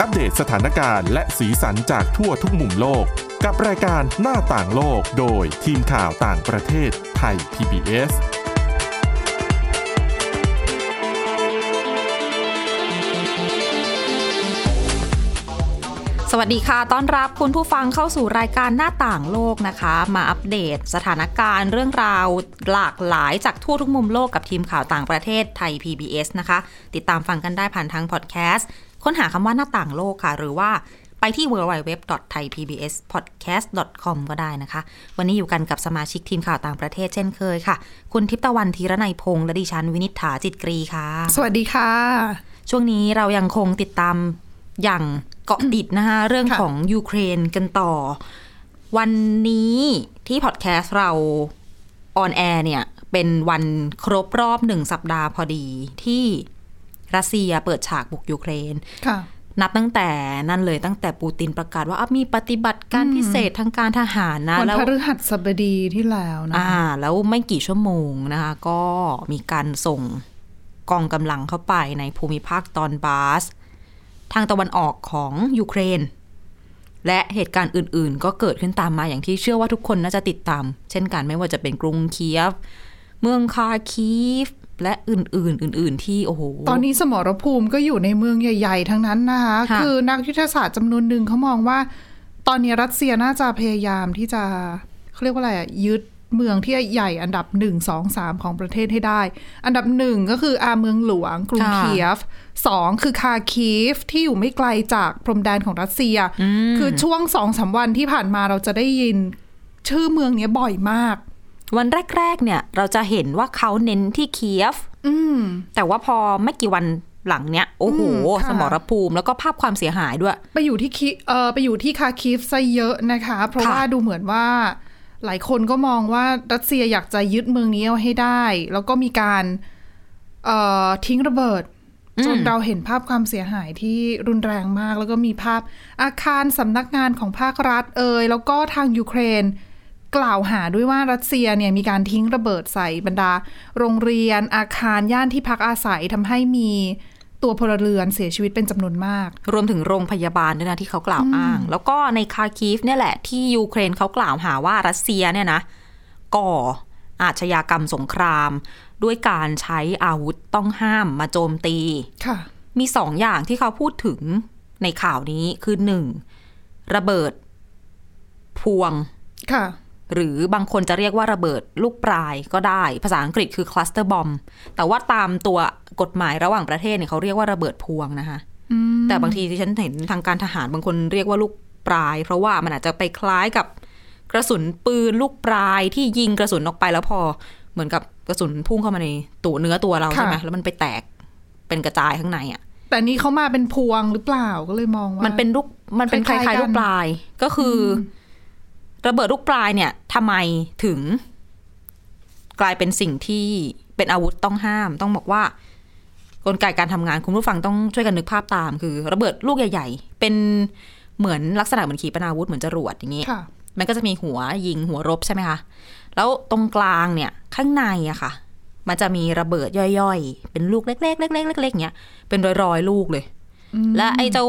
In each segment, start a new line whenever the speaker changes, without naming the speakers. อัปเดตสถานการณ์และสีสันจากทั่วทุกมุมโลก กับรายการหน้าต่างโลกโดยทีมข่าวต่างประเทศไทย PBS
สวัสดีค่ะ ต้อนรับคุณผู้ฟังเข้าสู่รายการหน้าต่างโลกนะคะ มาอัปเดตสถานการณ์เรื่องราวหลากหลายจากทั่วทุกมุมโลกกับทีมข่าวต่างประเทศไทย PBS นะคะ ติดตามฟังกันได้ผ่านทางพอดแคสต์ ค้นหาคำว่าหน้าต่างโลกค่ะ หรือว่าไปที่ www.thaipbspodcast.com ก็ได้นะคะ วันนี้อยู่กันกับสมาชิกทีมข่าวต่างประเทศเช่นเคยค่ะ คุณทิพย์ตะวันธีรนัยพงษ์และดิฉันวินิษฐาจิตกรีค่ะ
สวัสดีค่ะ
ช่วงนี้เรายังคงติดตามอย่างเกาะติดนะคะเรื่อง
ค่ะ
ของยูเครนกันต่อ วันนี้ที่พอดแคสต์เราออนแอร์เนี่ย เป็นวันครบรอบหนึ่งสัปดาห์พอดีที่รัสเซียเปิดฉากบุกยูเครน
ค่ะ
นับตั้งแต่นั่นเลยตั้งแต่ปูตินประกาศว่าอ่ะมีปฏิบัติการพิเศษทางการทหารนะ
วัน
แล้ว
พฤหัสบดีที่แล้วนะ
อ่า แล้วไม่กี่ชั่วโมงนะคะ ก็มีการส่งกองกำลังเข้าไปในภูมิภาคตอนบาส ทางตะวันออกของยูเครน และเหตุการณ์อื่นๆ ก็เกิดขึ้นตามมาอย่างที่เชื่อว่าทุกคนน่าจะติดตาม เช่นกันไม่ว่าจะเป็นกรุงเคียฟ เมืองคาคีฟ และอื่นๆ อื่น ๆ ที่โอ้โห
ตอนนี้สมรภูมิก็อยู่ในเมืองใหญ่ ๆ ทั้งนั้นนะคะ
ค่ะ
อนักยุทธศาสตร์จำนวนหนึ่งเขามองว่า ตอนนี้รัสเซียน่าจะพยายามที่จะเขาเรียกว่าอะไรอะยึดเมืองที่ใหญ่อันดับหนึ่งสองสามของประเทศให้ได้ อันดับหนึ่งก็คืออาเมืองหลวงกรุงเคียฟสองคือคาคีฟที่อยู่ไม่ไกลจากพรมแดนของรัสเซีย คือช่วงสองสามวันที่ผ่านมาเราจะได้ยินชื่อเมืองเนี้ยบ่อยมาก
วันแรก ๆ เนี่ย เราจะเห็นว่าเขาเน้นที่เคียฟ
อืม
แต่ว่าพอไม่กี่วันหลังเนี้ยโอ้โห
อืมค่ะ
สมรภูมิแล้วก็ภาพความเสียหายด้วย
ไปอยู่ที่คิเอ่อไปอยู่ที่คาคิฟซะเยอะนะคะ เพราะ
ค่ะ
ว่าดูเหมือนว่า หลายคนก็มองว่ารัสเซียอยากจะยึดเมืองนี้เอาให้ได้ แล้วก็มีการเอ่อทิ้งระเบิด จนเราเห็นภาพความเสียหายที่รุนแรงมาก แล้วก็มีภาพอาคารสำนักงานของภาครัฐเอ่ยแล้วก็ทางยูเครน กล่าวหาด้วยว่ารัสเซียเนี่ยมีการทิ้งระเบิดใส่บรรดา โรงเรียนอาคารย่านที่พักอาศัยทำให้มีตัวพลเรือนเสียชีวิตเป็นจำนวนมาก
รวมถึงโรงพยาบาลด้วยนะที่เขากล่าวอ้าง แล้วก็ในคาคีฟเนี่ยแหละ ที่ยูเครนเขากล่าวหาว่ารัสเซียเนี่ยนะก่ออาชญากรรมสงคราม ด้วยการใช้อาวุธต้องห้ามมาโจมตี
ค่ะ
มีสองอย่างที่เขาพูดถึงในข่าวนี้คือหนึ่งระเบิดพวง
ค่ะ
หรือบางคนจะเรียกว่าระเบิดลูกปลายก็ได้ ภาษาอังกฤษคือ cluster bomb แต่ว่าตามตัวกฎหมายระหว่างประเทศเนี่ยเขาเรียกว่าระเบิดพวงนะคะแต่บางทีที่ฉันเห็นทางการทหารบางคนเรียกว่าลูกปลาย เพราะว่ามันอาจจะไปคล้ายกับกระสุนปืนลูกปลายที่ยิงกระสุนออกไปแล้วพอ เหมือนกับกระสุนพุ่งเข้ามาในตัวเนื้อตัวเราใช่ไหม
ค่ะ
แล้วมันไปแตกเป็นกระจายข้างในอ่ะ
แต่นี่เขามาเป็นพวงหรือเปล่าก็เลยมองว่า
มันเป็นลูกมันเป็นค
ค
ล้า
ล้ายๆ
ยๆ
กัน
ลูกปลายก็คืออระเบิดลูกปลายเนี่ยทำไมถึง กลายเป็นสิ่งที่เป็นอาวุธต้องห้าม ต้องบอกว่ากลไกการทำงานคุณผู้ฟังต้องช่วยกันนึกภาพตาม คือ ระเบิดลูกใหญ่ ๆ เป็นเหมือนลักษณะเหมือนขีปนาวุธเหมือนจรวดอย่างนี้
ค่ะ
มันก็จะมีหัวยิงหัวรบใช่ไหมคะ แล้วตรงกลางเนี่ยข้างในอะค่ะ มันจะมีระเบิดย่อยๆ เป็นลูกเล็กๆเล็กๆเล็กๆเนี้ยเป็นร้อยๆลูกเลย และไอ้เจ้า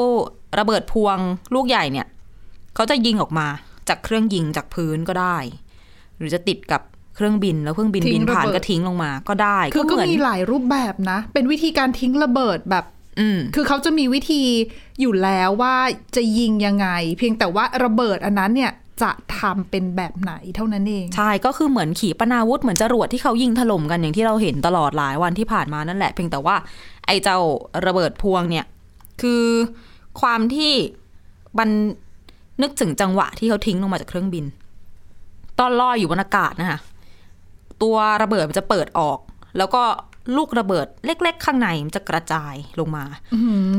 ระเบิดพวงลูกใหญ่เนี่ยเขาจะยิงออกมาจากเครื่องยิงจากพื้นก็ได้ หรือจะติดกับเครื่องบินแล้วเครื่องบิน
ทิ้ง
บินผ่าน
ระเบิด
ก็ทิ้งลงมาก็ได้
คือก็
เหมืน
มีหลายรูปแบบนะ เป็นวิธีการทิ้งระเบิดแบบ
อืม
คือเขาจะมีวิธีอยู่แล้วว่าจะยิงยังไง เพียงแต่ว่าระเบิดอันนั้นเนี่ยจะทำเป็นแบบไหนเท่านั้นเอง
ใช่ ก็คือเหมือนขีปนาวุธเหมือนจรวดที่เขายิงถล่มกันอย่างที่เราเห็นตลอดหลายวันที่ผ่านมานั่นแหละ เพียงแต่ว่า ไอ้เจ้าระเบิดพวงเนี่ย คือความที่มันนึกถึงจังหวะที่เขาทิ้งลงมาจากเครื่องบิน ตอนลอยอยู่บนอากาศนะคะตัวระเบิดมันจะเปิดออก แล้วก็ลูกระเบิดเล็ก ๆ ข้างในมันจะกระจายลงมา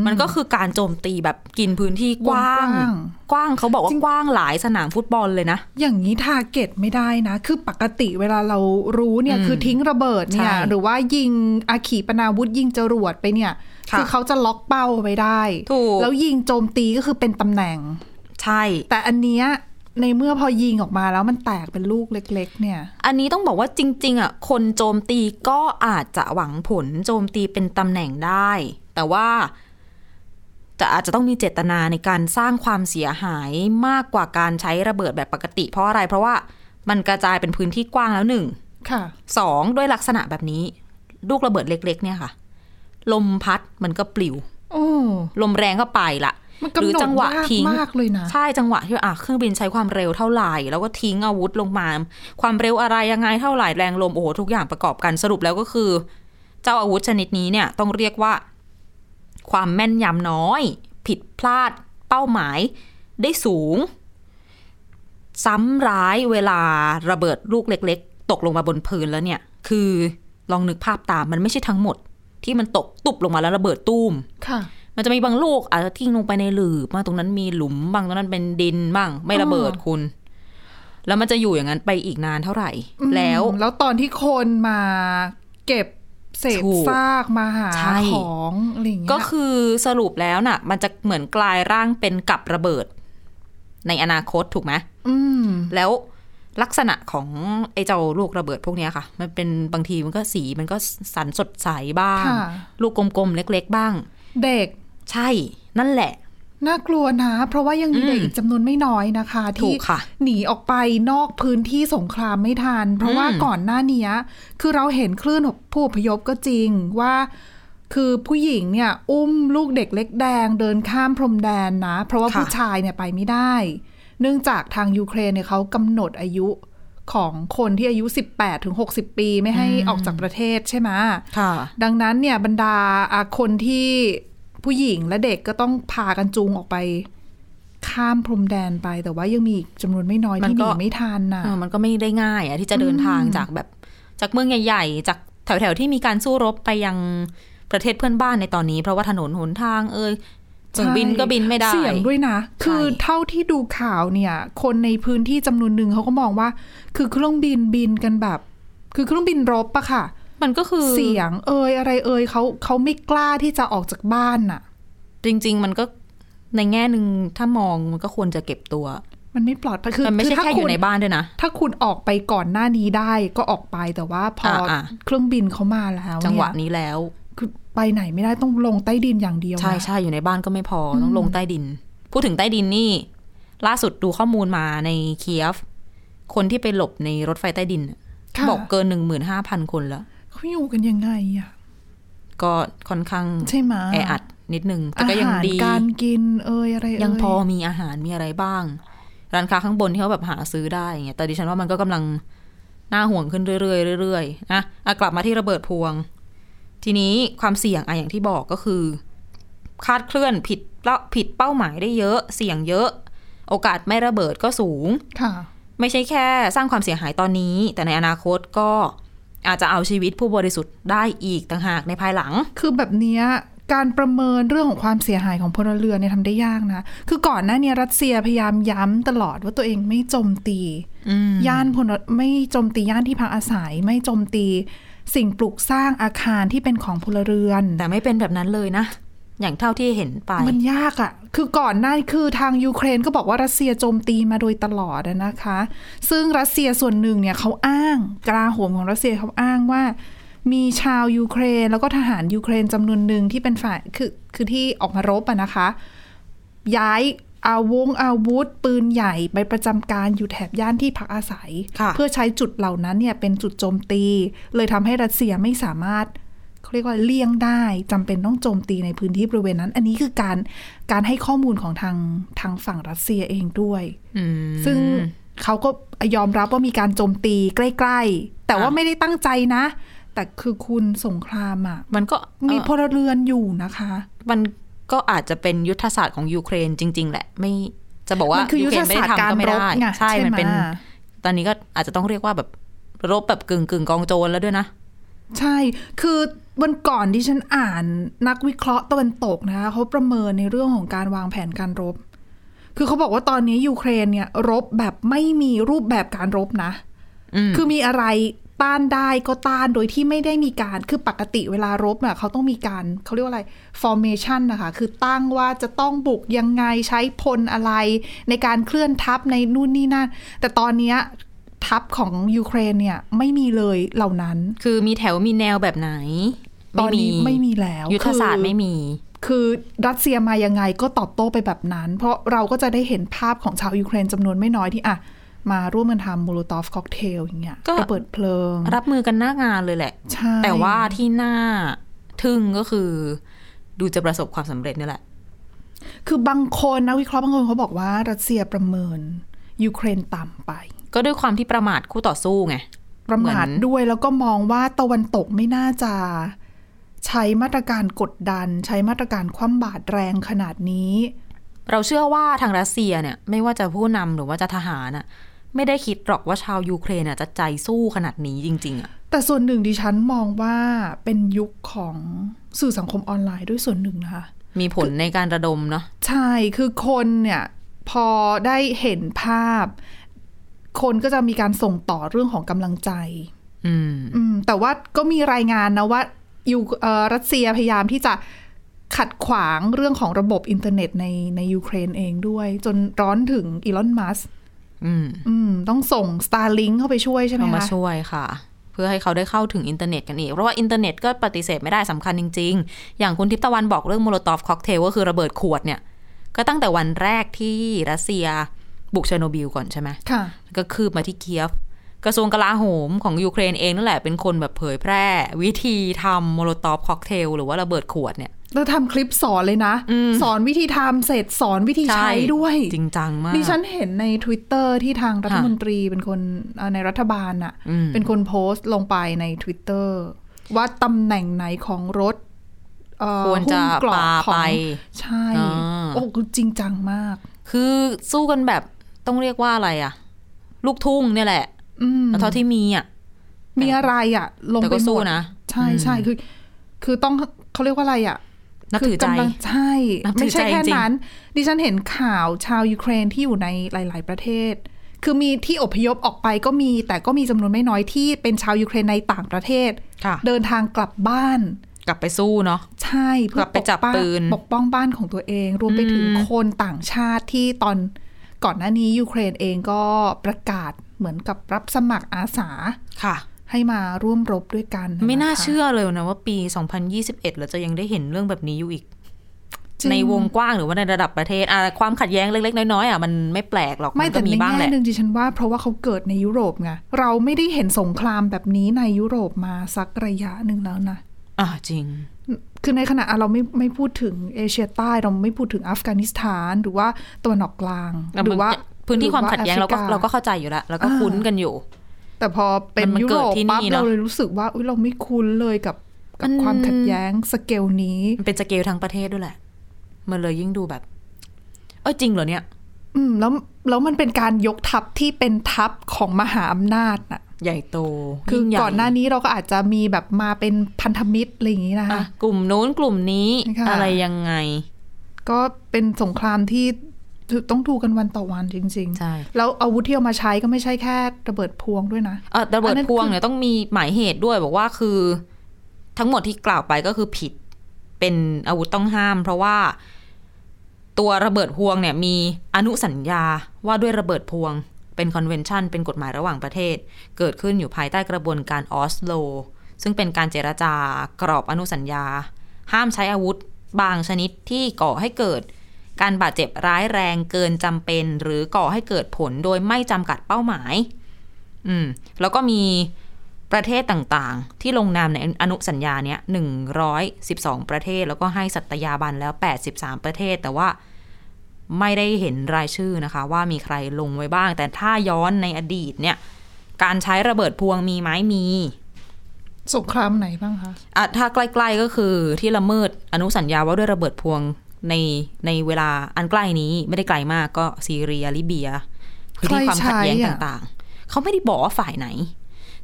มันก็คือการโจมตีแบบกินพื้นที่กว้าง
ก
ก
ว้าง
ว้างเขาบอกว่ากว้างหลายสนามฟุตบอลเลยนะ
อย่างนี้ทาร์เก็ตไม่ได้นะ คือปกติเวลาเรารู้เนี่ยคือทิ้งระเบิดเนี่ย
ใช่
หรือว่ายิงอาขีปนาวุธยิงจรวดไปเนี่ย
ค่ะ
คือเขาจะล็อกเป้าไว้ได้
ถูก
แล้วยิงโจมตีก็คือเป็นตำแหน่ง
ใช่
แต่อันเนี้ยในเมื่อพอยิงออกมาแล้วมันแตกเป็นลูกเล็ก ๆ เนี่ย
อันนี้ต้องบอกว่าจริง ๆอ่ะคนโจมตีก็อาจจะหวังผลโจมตีเป็นตำแหน่งได้ แต่ว่า จะอาจจะต้องมีเจตนาในการสร้างความเสียหายมากกว่าการใช้ระเบิดแบบปกติ เพราะอะไรเพราะว่ามันกระจายเป็นพื้นที่กว้างแล้วหนึ่ง
ค่ะ
สองด้วยลักษณะแบบนี้ ลูกระเบิดเล็ก ๆ เนี่ยค่ะ ลมพัดมันก็ปลิว
โอ้
ลมแรงก็ไปละ
มัน
หรื
กำหน
จั
ด
หวะ
ยาก
ทิ้ง
มากเลยนะ
ใช่จังหวะที่อ่ะเครื่องบินใช้ความเร็วเท่าไหร่ แล้วก็ทิ้งอาวุธลงมา ความเร็วอะไรยังไงเท่าไหร่แรงลมโอ้โหทุกอย่างประกอบกันสรุปแล้วก็คือ เจ้าอาวุธชนิดนี้เนี่ยต้องเรียกว่า ความแม่นยำน้อย ผิดพลาด เป้าหมายได้สูง ซ้ำร้ายเวลาระเบิดลูกเล็ก ๆ ตกลงมาบนพื้นแล้วเนี่ย คือลองนึกภาพตามมันไม่ใช่ทั้งหมด ที่มันตกตุบลงมาแล้วระเบิดตุ้ม
ค่ะ
มันจะมีบางลูกอาจจะทิ้งลงไปในหลืบมางตรงนั้นมีหลุมบางตรงนั้นเป็นดินบ้างไม่ระเบิด
อ่า
คุณ แล้วมันจะอยู่อย่างนั้นไปอีกนานเท่าไหร่
อืม
แล้ว
แล้วตอนที่คนมาเก็บเศษ
ถูก
ซากมาหา
ใช่
ของอะไรอย่างเงี้ย
ก็คือสรุปแล้วน่ะ มันจะเหมือนกลายร่างเป็นกับระเบิด ในอนาคตถูกไหม
อืม
แล้วลักษณะของไอ้เจ้าลูกระเบิดพวกเนี้ยค่ะ มันเป็นบางทีมันก็สีมันก็สันสดใสบ้าง
ค่ะ
ลูกกลมๆเล็ก ๆ บ้าง
เด็ก
ใช่ นั่นแหละ
น่ากลัวนะ เพราะว่ายังมี
อืม
เด็กอีกจำนวนไม่น้อยนะคะ
ถู
ที่
กค่ะ
หนีออกไปนอกพื้นที่สงครามไม่ทัน เพราะว่า
อืม
ก่อนหน้าเนี้ย คือเราเห็นคลื่นผู้อพยพก็จริงว่า คือผู้หญิงเนี่ย อุ้มลูกเด็กเล็กแดง เดินข้ามพรมแดนนะ เพราะว่า
ค่ะ
ผู้ชายเนี่ยไปไม่ได้ เนื่องจากทางยูเครนเนี่ยเขากำหนดอายุของคนที่อายุ 18ถึง60 ปีไม่ให้ออกจากประเทศใช่ไหม
ค่ะ
ดังนั้นเนี่ยบรรดาอ่ะคนที่ผู้หญิงและเด็กก็ต้องพากันจูงออกไป ข้ามพรมแดนไป แต่ว่ายังมีอีกจำนวนไม่น้อย
มัน
ที่ห
ก็
นีไม่ทันนะ
เออมันก็ไม่ได้ง่ายอะที่จะเดินทางจากแบบจากเมืองใหญ่ ๆ จากแถวๆที่มีการสู้รบไปยังประเทศเพื่อนบ้านในตอนนี้ เพราะว่าถนนหนทางเอ่ยเครื่องบินก็บินไม่ได้
เสี่ยงด้วยนะ คือเท่าที่ดูข่าวเนี่ย คนในพื้นที่จำนวนหนึ่งเขาก็มองว่า คือเครื่องบินบินกันแบบ คือเครื่องบินรบอะค่ะ
มันก็คือ
เสียงเอ่ยอะไรเอ่ยเขาเขาไม่กล้าที่จะออกจากบ้านน่ะ
จริง ๆ มันก็ในแง่หนึ่งถ้ามองมันก็ควรจะเก็บตัว
มันไม่ปลอดภัยคือ
มันไม่
คื
ใช่
ถ้า
แค่อ
คุณ
ยู่ในบ้านด้วยนะ
ถ้าคุณออกไปก่อนหน้านี้ได้ก็ออกไปแต่ว่าพออา เครื่องบินเขามาแล้ว
จังหวะ
เนี่ย
นี้แล้ว
คือไปไหนไม่ได้ต้องลงใต้ดินอย่างเดียวนะ
ใช่ใช่อยู่ในบ้านก็ไม่พออ
ม
ต้องลงใต้ดิน พูดถึงใต้ดินนี่ ล่าสุดดูข้อมูลมาในเคียฟ คนที่ไปหลบในรถไฟใต้ดินน่ะ
ค่ะ
บอกเกินหนึ่งหมื่นห้าพันคนแล้ว
เขาอยู่กันยังไงอ่ะ
ก็ค่อนข้าง
ใช่ไหม
แออัดนิดนึง แต่ก็
อา
ยัง
หาร
ดี
การกินเอยอะไรเ
ยังพอมีอาหารมีอะไรบ้าง ร้านค้าข้างบนที่เขาแบบหาซื้อได้อย่างเงี้ยแต่ดิฉันว่ามันก็กำลังน่าห่วงขึ้นเรื่อยๆเรื่อยๆนะอ่ะกลับมาที่ระเบิดพวง ทีนี้ความเสี่ยงอะอย่างที่บอกก็คือคาดเคลื่อนผิดเป้าผิดเป้าหมายได้เยอะ เสี่ยงเยอะ โอกาสไม่ระเบิดก็สูง
ค่ะ
ไม่ใช่แค่สร้างความเสียหายตอนนี้ แต่ในอนาคตก็อาจจะเอาชีวิตผู้บริสุทธิ์ได้อีกต่างหากในภายหลัง
คือแบบเนี้ยการประเมินเรื่องของความเสียหายของพลเรือนเนี่ยทำได้ยากนะ คือก่อนหน้าเนี้ยรัสเซียพยายามย้ำตลอดว่าตัวเองไม่โจมตี
อืม
ย่านพลไม่โจมตีย่านที่พักอาศัยไม่โจมตีสิ่งปลูกสร้างอาคารที่เป็นของพลเรือน
แต่ไม่เป็นแบบนั้นเลยนะ อย่างเท่าที่เห็นไป
มันยากอะ่ะ คือก่อนหน้าคือทางยูเครนก็บอกว่ารัสเซียโจมตีมาโดยตลอดอะนะคะ ซึ่งรัสเซียส่วนหนึ่งเนี่ยเขาอ้างกลาโหมของรัสเซียเขาอ้างว่า มีชาวยูเครนแล้วก็ทหารยูเครนจำนวนหนึ่งที่เป็นฝ่ายคือคือที่ออกมารบอะนะคะ ย้ายอาวงอาวุธ ปืนใหญ่ไปประจำการอยู่แถบย่านที่พักอาศัย
ค่ะ
เพื่อใช้จุดเหล่านั้นเนี่ยเป็นจุดโจมตี เลยทำให้รัสเซียไม่สามารถเขาเรียกว่าเลี่ยงได้จำเป็นต้องโจมตีในพื้นที่บริเวณนั้น อันนี้คือการการให้ข้อมูลของทางทางฝั่งรัสเซียเองด้วย
อืม
ซึ่งเขาก็ยอมรับว่ามีการโจมตีใกล้ ๆ แต่ว่า
อ่ะ
ไม่ได้ตั้งใจนะ แต่คือคุณสงครามอ่ะ
มันก็
มี
มี
พลเรือนอยู่นะคะ
มันก็อาจจะเป็นยุทธศาสตร์ของยูเครนจริง ๆ แหละ ไม่จะบอกว่า
มันคือยุทธศาสตร์
ยูเค
การ
นไม่
ร
ได้
บ
ทำ
ไง
ใช่มันเป็น
ไห
ตอนนี้ก็อาจจะต้องเรียกว่าแบบรบแบบกึ่งกึ่งๆกองโจรแล้วด้วยนะ
ใช่ คือวันก่อนที่ฉันอ่านนักวิเคราะห์ตะวันตกนะคะเขาประเมินในเรื่องของการวางแผนการรบ คือเขาบอกว่าตอนนี้ยูเครนเนี่ย รบแบบไม่มีรูปแบบการรบนะ
อืม
คือมีอะไรต้านได้ก็ต้านโดยที่ไม่ได้มีการ คือปกติเวลารบน่ะเขาต้องมีการเขาเรียกว่าอะไร formation นะคะ คือตั้งว่าจะต้องบุกยังไงใช้พลอะไร ในการเคลื่อนทัพในนู่นนี่นั่น แต่ตอนเนี้ยทัพของยูเครนเนี่ยไม่มีเลยเหล่านั้น
คือมีแถวมีแนวแบบไหน
ตอนนี้ไม่มีแล้ว
ยุทธศาสตร์
คือ
ไม่มี
คือรัสเซียมายังไงก็ตอบโต้ไปแบบนั้น เพราะเราก็จะได้เห็นภาพของชาวยูเครนจำนวนไม่น้อยที่อะมาร่วมกันทำมูโลตอฟค็อกเทลอย่างเงี้ย
ก็
ไปเปิดเพลิง
รับมือกันหน้างานเลยแหละ
ใช่
แต่ว่าที่น่าทึ่งก็คือ ดูจะประสบความสำเร็จนี่แหละ
คือบางคนนะวิเคราะห์บางคนเขาบอกว่ารัสเซียประเมินยูเครนต่ำไป
ก็ด้วยความที่ประมาทคู่ต่อสู้ไง
ประมาท
เหมือน
ด้วยแล้วก็มองว่าตะวันตกไม่น่าจะใช้มาตรการกดดัน ใช้มาตรการคว่ำบาตรแรงขนาดนี้
เราเชื่อว่าทางรัสเซียเนี่ย ไม่ว่าจะผู้นำหรือว่าจะทหารน่ะไม่ได้คิดหรอกว่าชาวยูเครนน่ะจะใจสู้ขนาดนี้จริง ๆอ่ะ
แต่ส่วนหนึ่งดิฉันมองว่าเป็นยุคของสื่อสังคมออนไลน์ด้วยส่วนหนึ่งนะคะ
มีผลในการระดมเนาะ
ใช่ คือคนเนี่ยพอได้เห็นภาพ คนก็จะมีการส่งต่อเรื่องของกำลังใจ
อืม
อืมแต่ว่าก็มีรายงานนะว่ายูเอ่อรัสเซียพยายามที่จะขัดขวางเรื่องของระบบอินเทอร์เน็ตในในยูเครนเองด้วย จนร้อนถึงอีลอนมัส
อืม
ต้องส่ง Starlink เข้าไปช่วยใช่ไหม
เอามา
คะ
ช่วยค่ะ เพื่อให้เขาได้เข้าถึงอินเทอร์เน็ตกันอีก เพราะว่าอินเทอร์เน็ตก็ปฏิเสธไม่ได้สำคัญจริง ๆ อย่างคุณทิพย์ตะวันบอกเรื่องโมโลตอฟค็อกเทลก็คือระเบิดขวดเนี่ย ก็ตั้งแต่วันแรกที่รัสเซียบุกเชอร์โนบิลก่อนใช่ไหม
ค่ะ
ก็คืบมาที่เคียฟ กระทรวงกลาโหมของยูเครนเองนั่นแหละเป็นคนแบบเผยแพร่ วิธีทำโมโลตอฟค็อกเทลหรือว่าระเบิดขวดเนี่ย
แล้วทำคลิปสอนเลยนะ
อืม
สอนวิธีทำเสร็จสอนวิธีใช้ด้วย
จริงจังมาก
ดิฉันเห็นใน Twitter ที่ทางรัฐมนตรีเป็นคนเอ่อในรัฐบาลน่ะ
อืม
เป็นคนโพสต์ลงไปใน Twitter ว่าตำแหน่งไหนของรถเอ่อ
ควรจะ
หุ้มกรอ
ปา
บขอ
ไป
งใช่
อ่า
โอ้คือจริงจังมาก
คือสู้กันแบบต้องเรียกว่าอะไรอะลูกทุ่งเนี่ยแหละ
อืม
เท่าที่มีอะ
มีอะไรอ่ะ ลง
แต่
ไป
ก็
หม
สู้
ด
นะ
ใช่ใช่คือ คือต้องเขาเรียกว่าอะไรอ่ะ
นับถือใจ
คืกำลังใช่
นับถือ
ไม่ใช่
ใจ
แค่
จริง
นั้น ดิฉันเห็นข่าวชาวยูเครนที่อยู่ในหลาย ๆ ประเทศ คือมีที่อพยพออกไปก็มี แต่ก็มีจำนวนไม่น้อยที่เป็นชาวยูเครนในต่างประเทศ
ค่ะ
เดินทางกลับบ้าน
กลับไปสู้เนาะ
ใช่เพื่
กลั
อบ
ไปจับ
กป้อง
ปืน
ปกป้องบ้านของตัวเอง รวมไปถึง
อืม
คนต่างชาติที่ตอนก่อนหน้านี้ยูเครนเองก็ประกาศเหมือนกับรับสมัครอาสา
ค่ะ
ให้มาร่วมรบด้วยกันะ
ไม่น่า
คะ
เชื่อเลยนะว่าปี 2021 เราจะยังได้เห็นเรื่องแบบนี้อยู่อีก
จริง
ในวงกว้างหรือว่าในระดับประเทศอ่ะความขัดแย้งเล็กๆ น้อยๆอ่ะมันไม่แปลกหรอก
ไม่
น
แต่
ก็
ใน
มีบ้าง
แง่
แหละ
หนึ่งดิฉันว่าเพราะว่าเขาเกิดในยุโรปไงเราไม่ได้เห็นสงครามแบบนี้ในยุโรปมาสักระยะหนึ่งแล้วนะ
อ่ะจริง
คือในขณะอ่ะเราไม่ไม่พูดถึงเอเชียใต้เราไม่พูดถึงอัฟกานิสถานหรือว่าตะวันออกกลาง
แล้ว
หรื
มัน
อว่า
จะพื้นที่ความขัดแย้ง
ห
เรา
อ
ก็
ว่แอฟ
เราก็เข้าใจอยู่แล้วเราก็
อ่า
คุ้นกันอยู่
แต่พอเป็น
มัน
ยุ
เกิ
โร
ด
ป
ที่
ปั๊บ
นี่เนอะ
เราเลยรู้สึกว่าอุ๊ยเราไม่คุ้นเลยกับกับ
มัน
ความขัดแย้งสเกลนี้
มันเป็นสเกลทางประเทศด้วยแหละ มันเลยยิ่งดูแบบ เออจริงเหรอเนี่ย
อืมแล้วแล้วมันเป็นการยกทัพที่เป็นทัพของมหาอำนาจน่ะ
ใหญ่โต
คือ
ยิ่งใญ่
ก่อนหน้านี้เราก็อาจจะมีแบบมาเป็นพันธมิตรอะไรอย่างนี้นะ
อ่ะ
คะ
กลุ่มนู้นกลุ่มนี้
ค่ะ
อะไรยังไง
ก็เป็นสงครามที่ต้องดูกันวันต่อวันจริง
ใช่
ๆ แล้วอาวุธที่เอามาใช้ก็ไม่ใช่แค่ระเบิดพวงด้วยนะ
เอ่อระเบิ
อั
ด
นนั้น
พวง
คือ
เนี่ยต้องมีหมายเหตุด้วยบอกว่าคือ ทั้งหมดที่กล่าวไปก็คือผิดเป็นอาวุธต้องห้าม เพราะว่า ตัวระเบิดพวงเนี่ย มีอนุสัญญาว่าด้วยระเบิดพวง เป็นคอนเวนชันเป็นกฎหมายระหว่างประเทศ เกิดขึ้นอยู่ภายใต้กระบวนการออสโล ซึ่งเป็นการเจรจากรอบอนุสัญญา ห้ามใช้อาวุธบางชนิดที่ก่อให้เกิด การบาดเจ็บร้ายแรงเกินจำเป็น หรือก่อให้เกิดผลโดยไม่จำกัดเป้าหมาย อืมแล้วก็มีประเทศต่างๆ ที่ลงนามในอนุสัญญาเนี้ย112 ประเทศ แล้วก็ให้สัตยาบันแล้ว 83 ประเทศ แต่ว่าไม่ได้เห็นรายชื่อนะคะ ว่ามีใครลงไว้บ้าง แต่ถ้าย้อนในอดีตเนี่ย การใช้ระเบิดพวงมีไหมมี
สงครามไหนบ้างคะ
อ่ะถ้าใกล้ๆก็คือที่ละเมิดอนุสัญญาว่าด้วยระเบิดพวงในในเวลาอันใกล้นี้ไม่ได้ไกลมากก็ซีเรียลิเบียพื้นที่ความขัดแย้ง
ใครใช้อ่ะ
ต่างๆ เขาไม่ได้บอกว่าฝ่ายไหน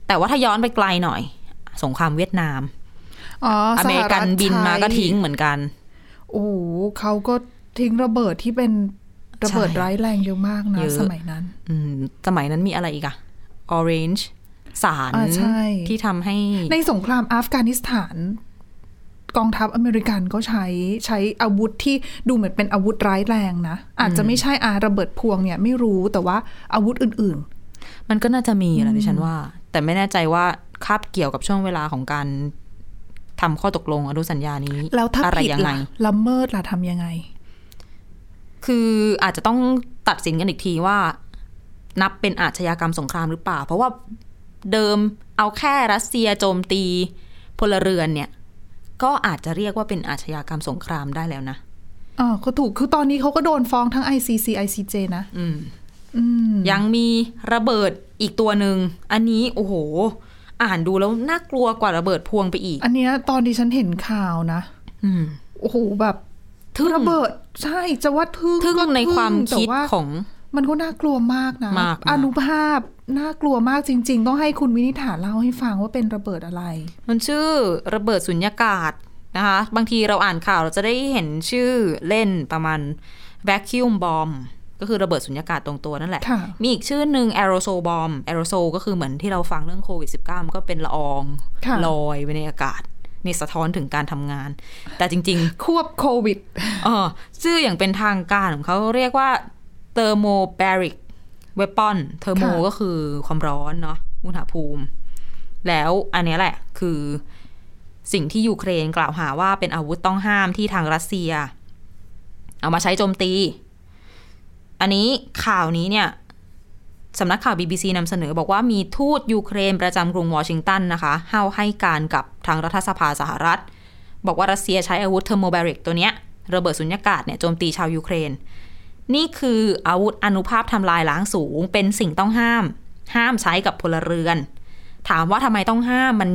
แต่ว่าถ้าย้อนไปไกลหน่อย สงครามเวียดนาม
อ๋อ
อ
ส
เม
ห
ริ
ฐ
กันบินมาก็ทิ้งเหมือนกัน
โอ้โหเขาก็ทิ้งระเบิดที่เป็นระเบิด
ใช่
ร้ายแรงเยอะมากนะ
เยอะ
สมัยนั้น
อืมสมัยนั้นมีอะไรอีกอะออเรนจ์สาร
อ่าใช่
ที่ทำให้
ในสงครามอัฟกานิสถาน กองทัพอเมริกันก็ใช้ใช้อาวุธที่ดูเหมือนเป็นอาวุธร้ายแรงนะ อาจจะไม่ใช่อาระเบิดพวงเนี่ยไม่รู้แต่ว่าอาวุธอื่น
มันก็น่าจะมีแหละดิฉันว่า แต่ไม่แน่ใจว่าคาบเกี่ยวกับช่วงเวลาของการ ทำข้อตกลงอนุสัญญานี้
แล้วถ้า
อะไร
ผิด
ยังไง
ล่ะละเมิดล่ะทำยังไง
คืออาจจะต้องตัดสินกันอีกทีว่า นับเป็นอาชญากรรมสงครามหรือเปล่า เพราะว่าเดิมเอาแค่รัสเซียโจมตีพลเรือนเนี่ย ก็อาจจะเรียกว่าเป็นอาชญากรรมสงครามได้แล้วนะ
อ่าก็ถูกคือตอนนี้เขาก็โดนฟ้องทั้ง ICC ICJ นะ
อืม
อืม
ยังมีระเบิดอีกตัวหนึ่ง อันนี้โอ้โห อ่านดูแล้วน่ากลัวกว่าระเบิดพวงไปอีก
อันเนี้ยตอนที่ฉันเห็นข่าวนะ
อืม
โอ้โหแบบ
ทึ่ง
ระเบิดใช่ จะว่าทึ่ง
ทึ่ง
ก็
ในความคิด
แต่ว่า
ของ
มันก็น่ากลัวมากนะ
มากนะ
อนุภาพน่ากลัวมากจริง ๆ ต้องให้คุณวินิษฐาเล่าให้ฟังว่าเป็นระเบิดอะไร
มันชื่อระเบิดสุญญากาศนะคะ บางทีเราอ่านข่าวเราจะได้เห็นชื่อเล่นประมาณ vacuum bomb ก็คือระเบิดสุญญากาศตรงตัวนั่นแหละ
ค่ะ
มีอีกชื่อหนึ่ง aerosol bomb aerosol ก็คือเหมือนที่เราฟังเรื่องโควิด -19 มันก็เป็นละออง
ค่ะ
ลอยไปในอากาศ นี่สะท้อนถึงการทำงาน แต่จริง ๆ
ควบโควิด
เออชื่ออย่างเป็นทางการของเขาเรียกว่า thermobaric weapon thermo
ค่ะ
ก็คือความร้อนเนาะอุณหภูมิ แล้วอันเนี้ยแหละคือสิ่งที่ยูเครนกล่าวหาว่าเป็นอาวุธต้องห้ามที่ทางรัสเซีย เอามาใช้โจมตี อันนี้ข่าวนี้เนี่ยสำนักข่าว BBC นำเสนอบอกว่ามีทูตยูเครนประจำกรุงวอชิงตันนะคะเฮาให้การกับทางรัฐสภาสหรัฐ บอกว่ารัสเซียใช้อาวุธเทอร์โมบาริกตัวเนี้ยระเบิดสุญญากาศเนี่ยโจมตีชาวยูเครน นี่คืออาวุธอนุภาพทำลายล้างสูง เป็นสิ่งต้องห้าม ห้ามใช้กับพลเรือน ถามว่าทำไมต้องห้ามมัน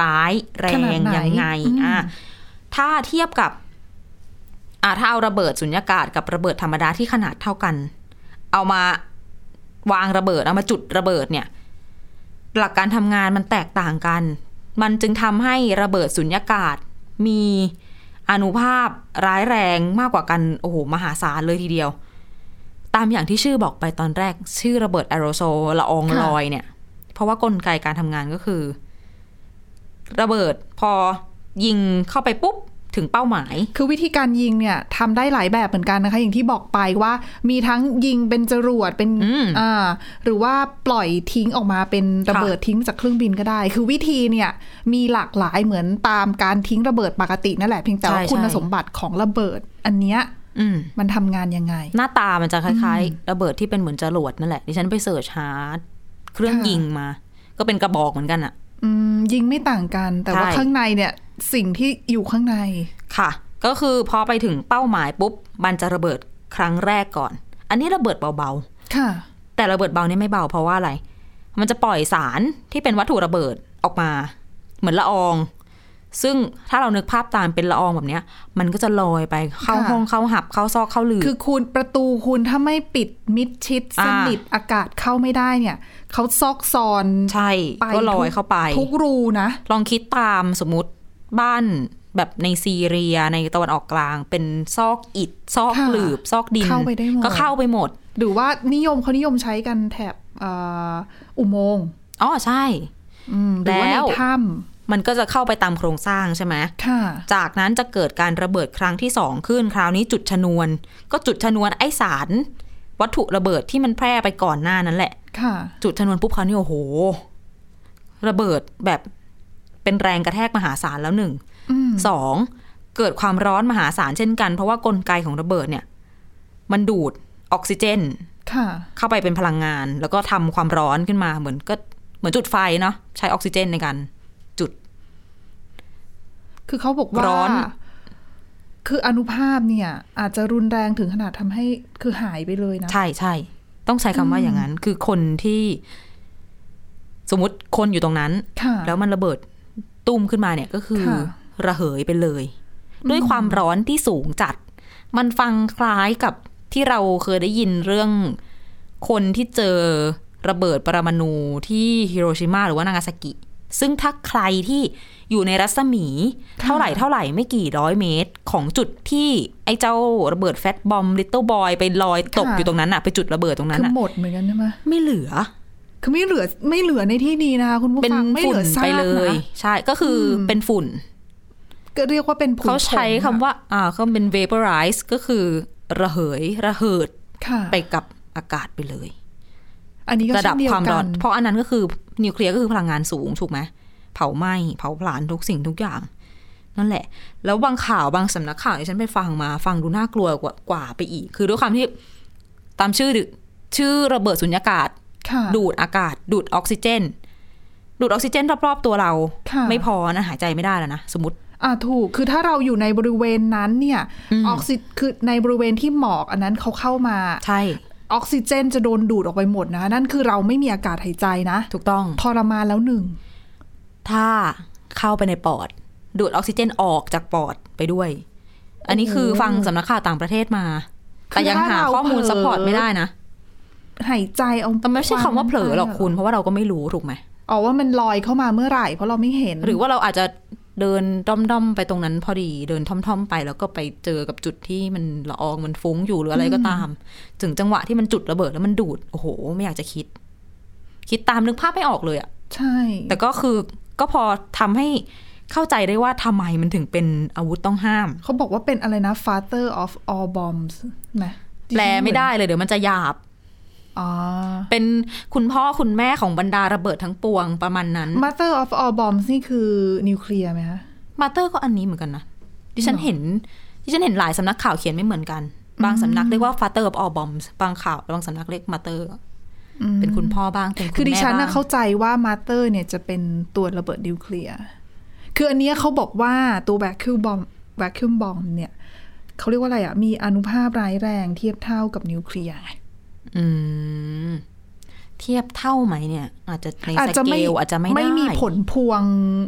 ร้ายแร
ขนาด
ง
ไหน
ยังไง
อืม
อ่ะถ้าเทียบกับอ่ะถ้าเอาระเบิดสุญญากาศกับระเบิดธรรมดาที่ขนาดเท่ากัน เอามาวางระเบิดเอามาจุดระเบิดเนี่ย หลักการทำงานมันแตกต่างกัน มันจึงทำให้ระเบิดสุญญากาศมีอานุภาพร้ายแรงมากกว่ากัน โอ้โห มหาศาลเลยทีเดียว ตามอย่างที่ชื่อบอกไปตอนแรก ชื่อระเบิดแอโรโซลละออง
ค่ะ
ลอยเนี่ย เพราะว่ากลไกการทำงานก็คือ ระเบิดพอยิงเข้าไปปุ๊บ ถึงเป้าหมาย
คือวิธีการยิงเนี่ยทำได้หลายแบบเหมือนกันนะคะ อย่างที่บอกไปว่ามีทั้งยิงเป็นจรวดเป็น
อืม
อ่าหรือว่าปล่อยทิ้งออกมาเป็นระเบิดทิ้งจากเครื่องบินก็ได้ คือวิธีเนี่ยมีหลากหลายเหมือนตามการทิ้งระเบิดปกตินั่นแหละเพียงแต่ว่า
ใช่
คุณ
ใช่
สมบัติของระเบิด อันเนี้ย
อืม
มันทำงานยังไง
หน้าตามันจะคล้ายๆ ระเบิดที่เป็นเหมือนจรวดนั่นแหละดิฉันไปเสิร์ชหาเครื่อง
ค่ะ
ยิงมา ก็เป็นกระบอกเหมือนกันอะ
อืมยิงไม่ต่างกันแต่ว่า
ใช่
ข้างในเนี่ยสิ่งที่อยู่ข้างใน
ค่ะ ก็คือพอไปถึงเป้าหมายปุ๊บ มันจะระเบิดครั้งแรกก่อน อันนี้ระเบิดเบา
ค่ะ
ๆ แต่ระเบิดเบาเนี่ยไม่เบาเพราะว่าอะไร มันจะปล่อยสารที่เป็นวัตถุระเบิดออกมา เหมือนละออง ซึ่งถ้าเรานึกภาพตามเป็นละอองแบบเนี้ย มันก็จะลอยไปเข้า
ค่ะ
ห้องเข้าหับเข้าซอกเข้าหลืบ
คือคุณประตูคุณถ้าไม่ปิดมิดชิดส
อ่า
นิทอากาศเข้าไม่ได้เนี่ยเขาซอกซอน
ใช่
ไป
ก็ลอย
ทุก
เข้าไป
ทุกรูนะ
ลองคิดตามสมมติบ้านแบบในซีเรียในตะวันออกกลาง เป็นซอกอิฐซอก
ค่ะ
หลืบ ซอกดิน
เข้าไปได้หมด
ก็เข้าไปหมด
หรือว่านิยมเขานิยมใช้กันแถบเอ่ออุโมงค์
อ๋อใช่
อืมหรือว่า
แล้ว
ในถ้
มันก็จะเข้าไปตามโครงสร้างใช่ไหม
ำค่ะ
จากนั้นจะเกิดการระเบิดครั้งที่สองขึ้น คราวนี้จุดชนวน ก็จุดชนวนไอสาร วัตถุระเบิดที่มันแพร่ไปก่อนหน้านั้นแหละ
ค่ะ
จุดชนวนปุ๊บคราวนี้โอ้โห ระเบิดแบบเป็นแรงกระแทกมหาศาลแล้วหนึ่ง
อืม
สองเกิดความร้อนมหาศาลเช่นกัน เพราะว่ากลไกของระเบิดเนี่ย มันดูดออกซิเจน
ค่ะ
เข้าไปเป็นพลังงาน แล้วก็ทำความร้อนขึ้นมาเหมือนก็เหมือนจุดไฟเนาะใช้ออกซิเจนในการ
คือเขาบอกว่า
ร้อน
คืออนุภาพเนี่ย อาจจะรุนแรงถึงขนาดทำให้คือหายไปเลยนะ
ใช่ใช่ต้องใช้คำว่าอย่างนั้น คือคนที่ สมมติคนอยู่ตรงนั้น
ค่ะ
แล้วมันระเบิดตุ้มขึ้นมาเนี่ยก็คือ
ค่ะ
ระเหยไปเลย ด้วยความร้อนที่สูงจัด มันฟังคล้ายกับที่เราเคยได้ยินเรื่องคนที่เจอระเบิดปรมาณูที่ฮิโรชิมาหรือว่านางาซากิ ซึ่งถ้าใครที่อยู่ในรัศมี เท่าไหร่เท่าไหร่ไม่กี่ร้อยเมตรของจุดที่ไอ้เจ้าระเบิดแฟตบอมลิตเติ้ลบอยไปลอยตก
ค่ะ
อยู่ตรงนั้นอะไปจุดระเบิดตรงนั้น
คือ
อะ
หมดเหมือนกันใช่ไหม
ไม่เหลือ
คือไม่เหลือไม่เหลือในที่นี้นะคะคุณผู้
เป็น
ฟังไม่เห
ฝุ่
ลื
น
อซา
ไป
ก
เล
นะ
ย ใช่ก็คืออ
ม
เป็นฝุ่น
ก็เรียกว่าเป็นผุย
เขาใช้
ผงอะ
คำว่า อ่าเขาเป็น vaporize ก็คือ ระเหย ระเหิด
ค่ะ
ไปกับอากาศไปเลย
อันนี้ก็
ระดั
เช่
บ
นเดียว
ความ
กั
ร้อน น เพราะอันนั้นก็คือนิวเคลียร์ก็คือพลังงานสูง ถูกไหม เผาไหม้ เผาผลาญทุกสิ่งทุกอย่าง นั่นแหละ แล้วบางข่าวบางสำนักข่าวที่ฉันไปฟังมา ฟังดูน่ากลัวกว่ากว่าไปอีก คือด้วยความที่ตามชื่อดิชื่อระเบิดสุญญากาศ
ค่ะ
ดูดอากาศ ดูดออกซิเจน ดูดออกซิเจนรอบๆตัวเรา
ค่ะ
ไม่พอนะหายใจไม่ได้แล้วนะ สมมติ
อ่าถูกคือถ้าเราอยู่ในบริเวณนั้นเนี่ย
อืม
ออกซิคือในบริเวณที่หมอกอันนั้นเขาเข้ามา
ใช่
ออกซิเจนจะโดนดูดออกไปหมดนะ นั่นคือเราไม่มีอากาศหายใจนะ
ถูกต้อง
ทรมานแล้วหนึ่ง
ถ้าเข้าไปในปอด ดูดออกซิเจนออกจากปอดไปด้วย อันนี้คือฟังสำนักข่าวต่างประเทศมา แต่ยังหาข้อมูลซัพพอร์ตไม่ได้นะ
หายใจเอา
แต่มันไม่ใช่คำว่าเผลอหรอกคุณ เพราะว่าเราก็ไม่รู้ถูกไหม
อ๋อว่ามันลอยเข้ามาเมื่อไหร่ เพราะเราไม่เห็น
หรือว่าเราอาจจะเดินด้อมๆไปตรงนั้นพอดี เดินท่อมๆไปแล้วก็ไปเจอกับจุดที่มันละอองมันฟุ้งอยู่หรืออะไรก็ตาม ถึงจังหวะที่มันจุดระเบิดแล้วมันดูด โอ้โห ไม่อยากจะคิด คิดตามนึกภาพไม่ออกเลยอะ
ใช่
แต่ก็คือก็พอทำให้เข้าใจได้ว่าทำไมมันถึงเป็นอาวุธต้องห้าม
เขาบอกว่าเป็นอะไรนะ father of all bombs ไหม
แปลไม่ได้เลยเดี๋ยวมันจะหยาบ
อ๋อ
เป็นคุณพ่อคุณแม่ของบรรดาระเบิดทั้งปวงประมาณนั้น
mother of all bombs นี่คือนิวเคลียร์ไหมคะ
มาเตอร์ก็อันนี้เหมือนกันนะดิฉันเห็นดิฉันเห็นหลายสำนักข่าวเขียนไม่เหมือนกัน บางสำนักเรียกว่า father of all bombs บางข่าวบางสำนักเรียกมาเตอร์
อืม
เป็นคุณพ่อบ้างเป็น
คื
คุ
อ
ณ
ดิ
แม่
ฉัน
บ้า
น่ะ
ง
เข้าใจว่า mother เนี่ยจะเป็นตัวระเบิดนิวเคลียร์ คืออันเนี้ยเขาบอกว่าตัว vacuum bomb vacuum bomb เนี่ยเขาเรียกว่าอะไรอ่ะ มีอานุภาพร้ายแรงเทียบเท่ากับนิวเคลียร์ไง
อืมเทียบเท่าไหมเนี่ย อาจจะใน
อาจ
ส
จะ
เก
ไม่
ลอาจจะไม่
ไม่
ได้
มีผลพวง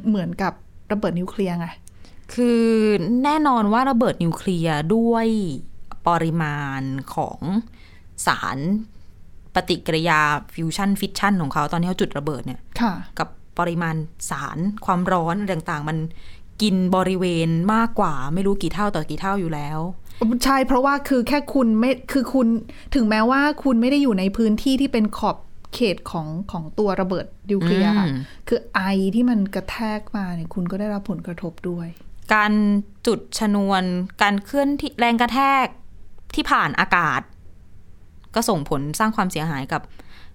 เหมือนกับระเบิดนิวเคลียร์ไง
คือแน่นอนว่าระเบิดนิวเคลียร์ด้วยปริมาณของสารปฏิกิริยาฟิวชันฟิชชันของเขาตอนที่เขาจุดระเบิดเนี่ย
ค่ะ
กับปริมาณสารความร้อนอะไรต่างๆ มันกินบริเวณมากกว่า ไม่รู้กี่เท่าต่อกี่เท่าอยู่แล้ว
ใช่เพราะว่าคือแค่คุณไม่คือคุณถึงแม้ว่าคุณไม่ได้อยู่ในพื้นที่ที่เป็นขอบเขตของของตัวระเบิดนิวเคลียร์ค่ะ
อืม
คือไอที่มันกระแทกมาเนี่ยคุณก็ได้รับผลกระทบด้วย
การจุดชนวน การเคลื่อนที่แรงกระแทกที่ผ่านอากาศ ก็ส่งผลสร้างความเสียหายกับ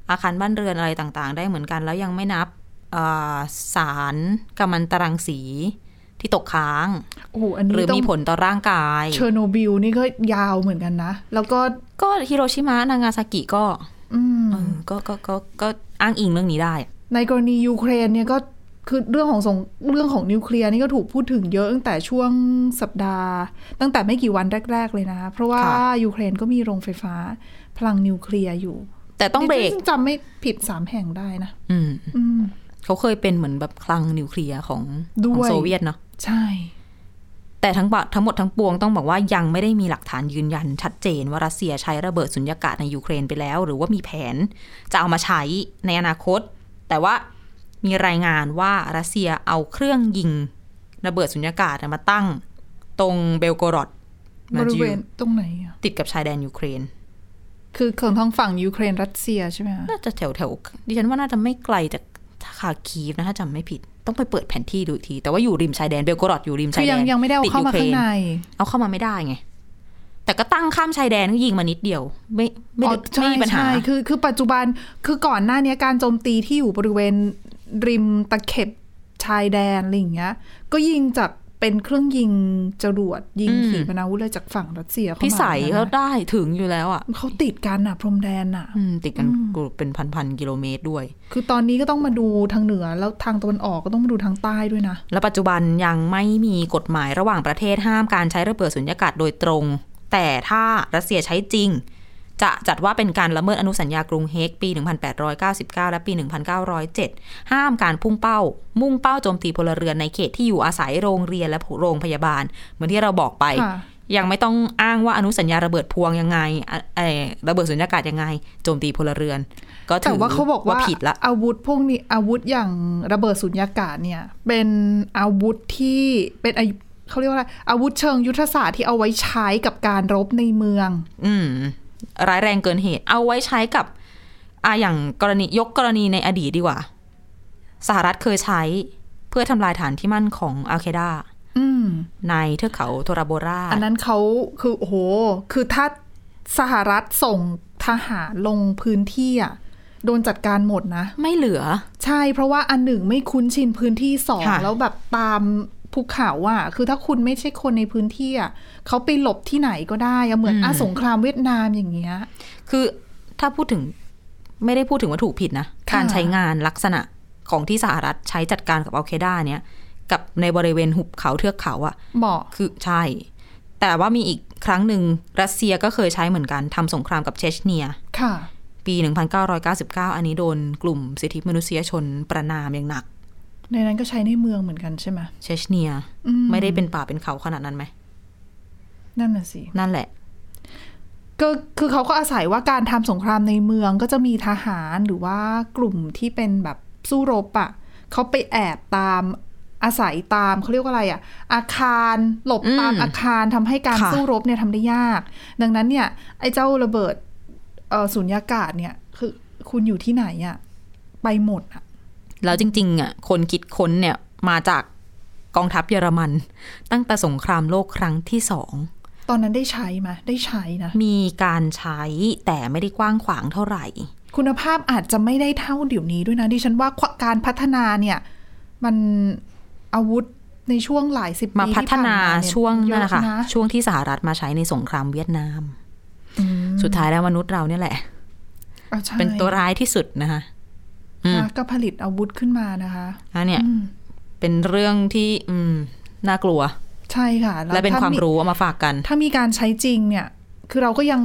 อาคารบ้านเรือนอะไรต่างๆ ได้เหมือนกันแล้วยังไม่นับเอ่อสารกัมมันตรังสีที่ตกค้าง
โอ้โหอัน
หรื
นี้
อ
ต้อ
มี
ง
ผลต่อร่างกาย
เชอร์โนบิลนี่ก็ยาวเหมือนกันนะ แล้วก็
ก็ฮิโรชิมะนางาซากิก็
อืม
เออก็ก็ก็ก็อ้างอิงเรื่องนี้ได้
ในกรณียูเครนเนี่ยก็คือเรื่องของสงเรื่องของนิวเคลียร์นี่ก็ถูกพูดถึงเยอะตั้งแต่ช่วงสัปดาห์ ตั้งแต่ไม่กี่วันแรก ๆ เลยนะ เพราะว่า
ค่ะ
ยูเครนก็มีโรงไฟฟ้าพลังนิวเคลียร์อยู่
แต่ต้องเบรก
ดิฉันจำไม่ผิดสามแห่งได้นะ
อืม
อืม
เขาเคยเป็นเหมือนแบบคลังนิวเคลียร์ของ
ด้
ของ
วย
โซเวียตเนาะ
ใช่
แต่ทั้งบะทั้งหมดทั้งปวงต้องบอกว่ายังไม่ได้มีหลักฐานยืนยัน ชัดเจนว่ารัสเซียใช้ระเบิดสุญญากาศในยูเครนไปแล้ว หรือว่ามีแผนจะเอามาใช้ในอนาคต แต่ว่ามีรายงานว่ารัสเซียเอาเครื่องยิงระเบิดสุญญากาศมาตั้ง ตรงเบลโกรอด
บ
มา
ริ
จิ
เว
ว
ณตรงไหนอ่ะ
ติดกับชายแดนยูเครน
คือของทางฝั่งยูเครนรัสเซียใช่ไหมคะ
น่าจะแถวแถวๆดิฉันว่าน่าจะไม่ไกลจากคาคีฟนะถ้าจำไม่ผิด ต้องไปเปิดแผนที่ดูอีกที แต่ว่าอยู่ริมชายแดนเบลโกรอดอยู่ริม
คื
ชา
อย
แด
ยัง
น
ยังไม่ได้เอา
ติด
เข้า
ยู
มา
เคร
ข้าง
น
ใน
เอาเข้ามาไม่ได้ไง แต่ก็ตั้งข้ามชายแดนก็ยิงมานิดเดียว ไม่ไม่
อ๋อ
ได้ไม่
ใช่
มีปัญหา
ใช่คือคือปัจจุบันคือก่อนหน้านี้การโจมตีที่อยู่บริเวณริมตะเข็บชายแดนอะไรอย่างเงี้ย ก็ยิงจากเป็นเครื่องยิงจรวดยิง
อืม
ขีปนาวุธเลยจากฝั่งรัสเซียเข้ามา
พิสัย
แล้
เขา
วนะ
ได้ถึงอยู่แล้วอ่ะ
เขาติดกันอ่ะพรมแดนอ่ะ
อืมติดกันกูเป็นพันพันๆกิโลเมตรด้วย
คือตอนนี้ก็ต้องมาดูทางเหนือแล้วทางตะวันออกก็ต้องมาดูทางใต้ด้วยนะ
และปัจจุบันยังไม่มีกฎหมายระหว่างประเทศห้ามการใช้ระเบิดสุญญากาศโดยตรง แต่ถ้ารัสเซียใช้จริง จะจัดว่าเป็นการละเมิดอนุสัญญากรุงเฮกปี 1899 และปี 1907 ห้ามการพุ่งเป้า มุ่งเป้าโจมตีพลเรือนในเขตที่อยู่อาศัยโรงเรียนและโรงพยาบาล เหมือนที่เราบอกไป
ค่ะ
ยังไม่ต้องอ้างว่าอนุสัญญาระเบิดพวงยังไงอ่ะเอ่อระเบิดสุญญากาศยังไง โจมตีพลเรือน ก็ถื
แต่
อ
ว่าเขาบอกว่า
ผิดละ
อาวุธพวกนี้อาวุธอย่างระเบิดสุญญากาศเนี่ย เป็นอาวุธที่เป็นอายุเขาเรียกว่าอะไรอาวุธเชิงยุทธศาสตร์ที่เอาไว้ใช้กับการรบในเมือง
อืมร้ายแรงเกินเหตุ เอาไว้ใช้กับอ่ะอย่างกรณียกกรณีในอดีตดีกว่า สหรัฐเคยใช้เพื่อทำลายฐานที่มั่นของอัลเคดา
อืม
ในเทือกเขาโทราโบรา
อันนั้นเขาคือโอ้โหคือถ้าสหรัฐส่งทหารลงพื้นที่อ่ะโดนจัดการหมดนะ
ไม่เหลือ
ใช่เพราะว่าอันหนึ่งไม่คุ้นชินพื้นที่สอง
ค่ะ
แล้วแบบตาม ภูเขาอ่ะคือถ้าคุณไม่ใช่คนในพื้นที่อ่ะเขาไปหลบที่ไหนก็ได้อะเหมือนอาสงครามเวียดนามอย่างเงี้ย
คือถ้าพูดถึงไม่ได้พูดถึงว่าถูกผิดนะ
ค่ะ
การใช้งานลักษณะของที่สหรัฐใช้จัดการกับอัลเคด้าเนี่ย กับในบริเวณหุบเขาเทือกเขาอะ
เหมาะ
คือใช่ แต่ว่ามีอีกครั้งหนึ่งรัสเซียก็เคยใช้เหมือนกันทำสงครามกับเชชเนีย
ค่ะ
ปี 1999 อันนี้โดนกลุ่มสิทธิมนุษยชนประนามอย่างหนัก
ในนั้นก็ใช้ในเมืองเหมือนกันใช่ไหม
เชชเนีย
อื
ไม่ได้เป็นป่าเป็นเขาขนาดนั้นไหม
นั่นน่ะสิ
นั่นแหละ
ก็คือเขาก็อาศัยว่าการทำสงครามในเมืองก็จะมีทหารหรือว่ากลุ่มที่เป็นแบบสู้รบอะ่ะเขาไปแอบตามอาศัยตามเขาเรียกว่าอะไรอะ่ะ อาคารหลบ
อืม
ตามอาคารทำให้การ
ค่ะ
สู้รบเนี่ยทำได้ยาก ดังนั้นเนี่ย ไอ้เจ้าระเบิดเอ่อสุญญากาศเนี่ย คือคุณอยู่ที่ไหนอะ่ะไปหมดอะ่ะ
แล้วจริงๆอ่ะคนคิดค้นเนี่ยมาจากกองทัพเยอรมัน ตั้งแต่สงครามโลกครั้งที่สอง
ตอนนั้นได้ใช้ไหมได้ใช้นะ
มีการใช้แต่ไม่ได้กว้างขวางเท่าไหร่
คุณภาพอาจจะไม่ได้เท่าเดี๋ยวนี้ด้วยนะดิฉันว่าการพัฒนาเนี่ยมันอาวุธในช่วงหลายสิบปี
มาพัฒ
ที่ผ่
นา
เย
ช่วงนั่นนะคะ
เยอ
ช่วงที่สหรัฐมาใช้ในสงครามเวียดนาม
อืม
สุดท้ายแล้วมนุษย์เราเนี่ยแหละ
อาใช่
เป็นตัวร้ายที่สุดนะคะอืม
นะก็ผลิตอาวุธขึ้นมานะคะ
อันเนี่ย
อืม
เป็นเรื่องที่อืมน่ากลัว
ใช่ค่ะ
และเป็น
ถ้
ความรู้เอามาฝากกัน
ถ้ามีการใช้จริงเนี่ย คือเราก็ยัง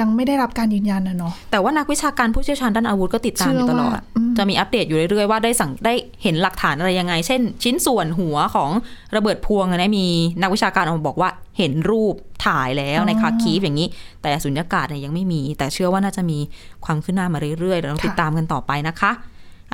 ยังไม่ได้รับการยืนยันนะเนาะ
แต่ว่านักวิชาการผู้เชี่ยวชาญด้านอาวุธก็ติดตามอยู่ตลอด
เชื่อว่าอืม
จะมีอัปเดตอยู่เรื่อยๆว่าได้สั่งได้เห็นหลักฐานอะไรยังไง เช่น ชิ้นส่วนหัวของระเบิดพวงอะนะมีนักวิชาการออกมาบอกว่าเห็นรูปถ่ายแล้วในคาคีฟอย่างนี้ แต่สุญญากาศเนี่ยยังไม่มี แต่เชื่อว่าน่าจะมีความขึ้นหน้ามาเรื่อยๆเดี๋ยวเราติดตามกันต่อไปนะคะ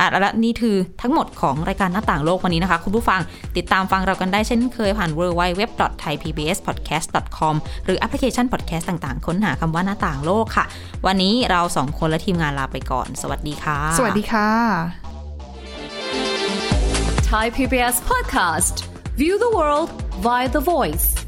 อ่ะและนี่คือทั้งหมดของรายการหน้าต่างโลกวันนี้นะคะ คุณผู้ฟังติดตามฟังเรากันได้เช่นเคยผ่าน www.thaipbspodcast.com หรือแอปพลิเคชัน podcast ต่างๆ ค้นหาคำว่าหน้าต่างโลกค่ะ วันนี้เราสองคนและทีมงานลาไปก่อน สวัสดีค่ะ
สวัสดีค่ะ
Thai PBS podcast. View the world via the voice.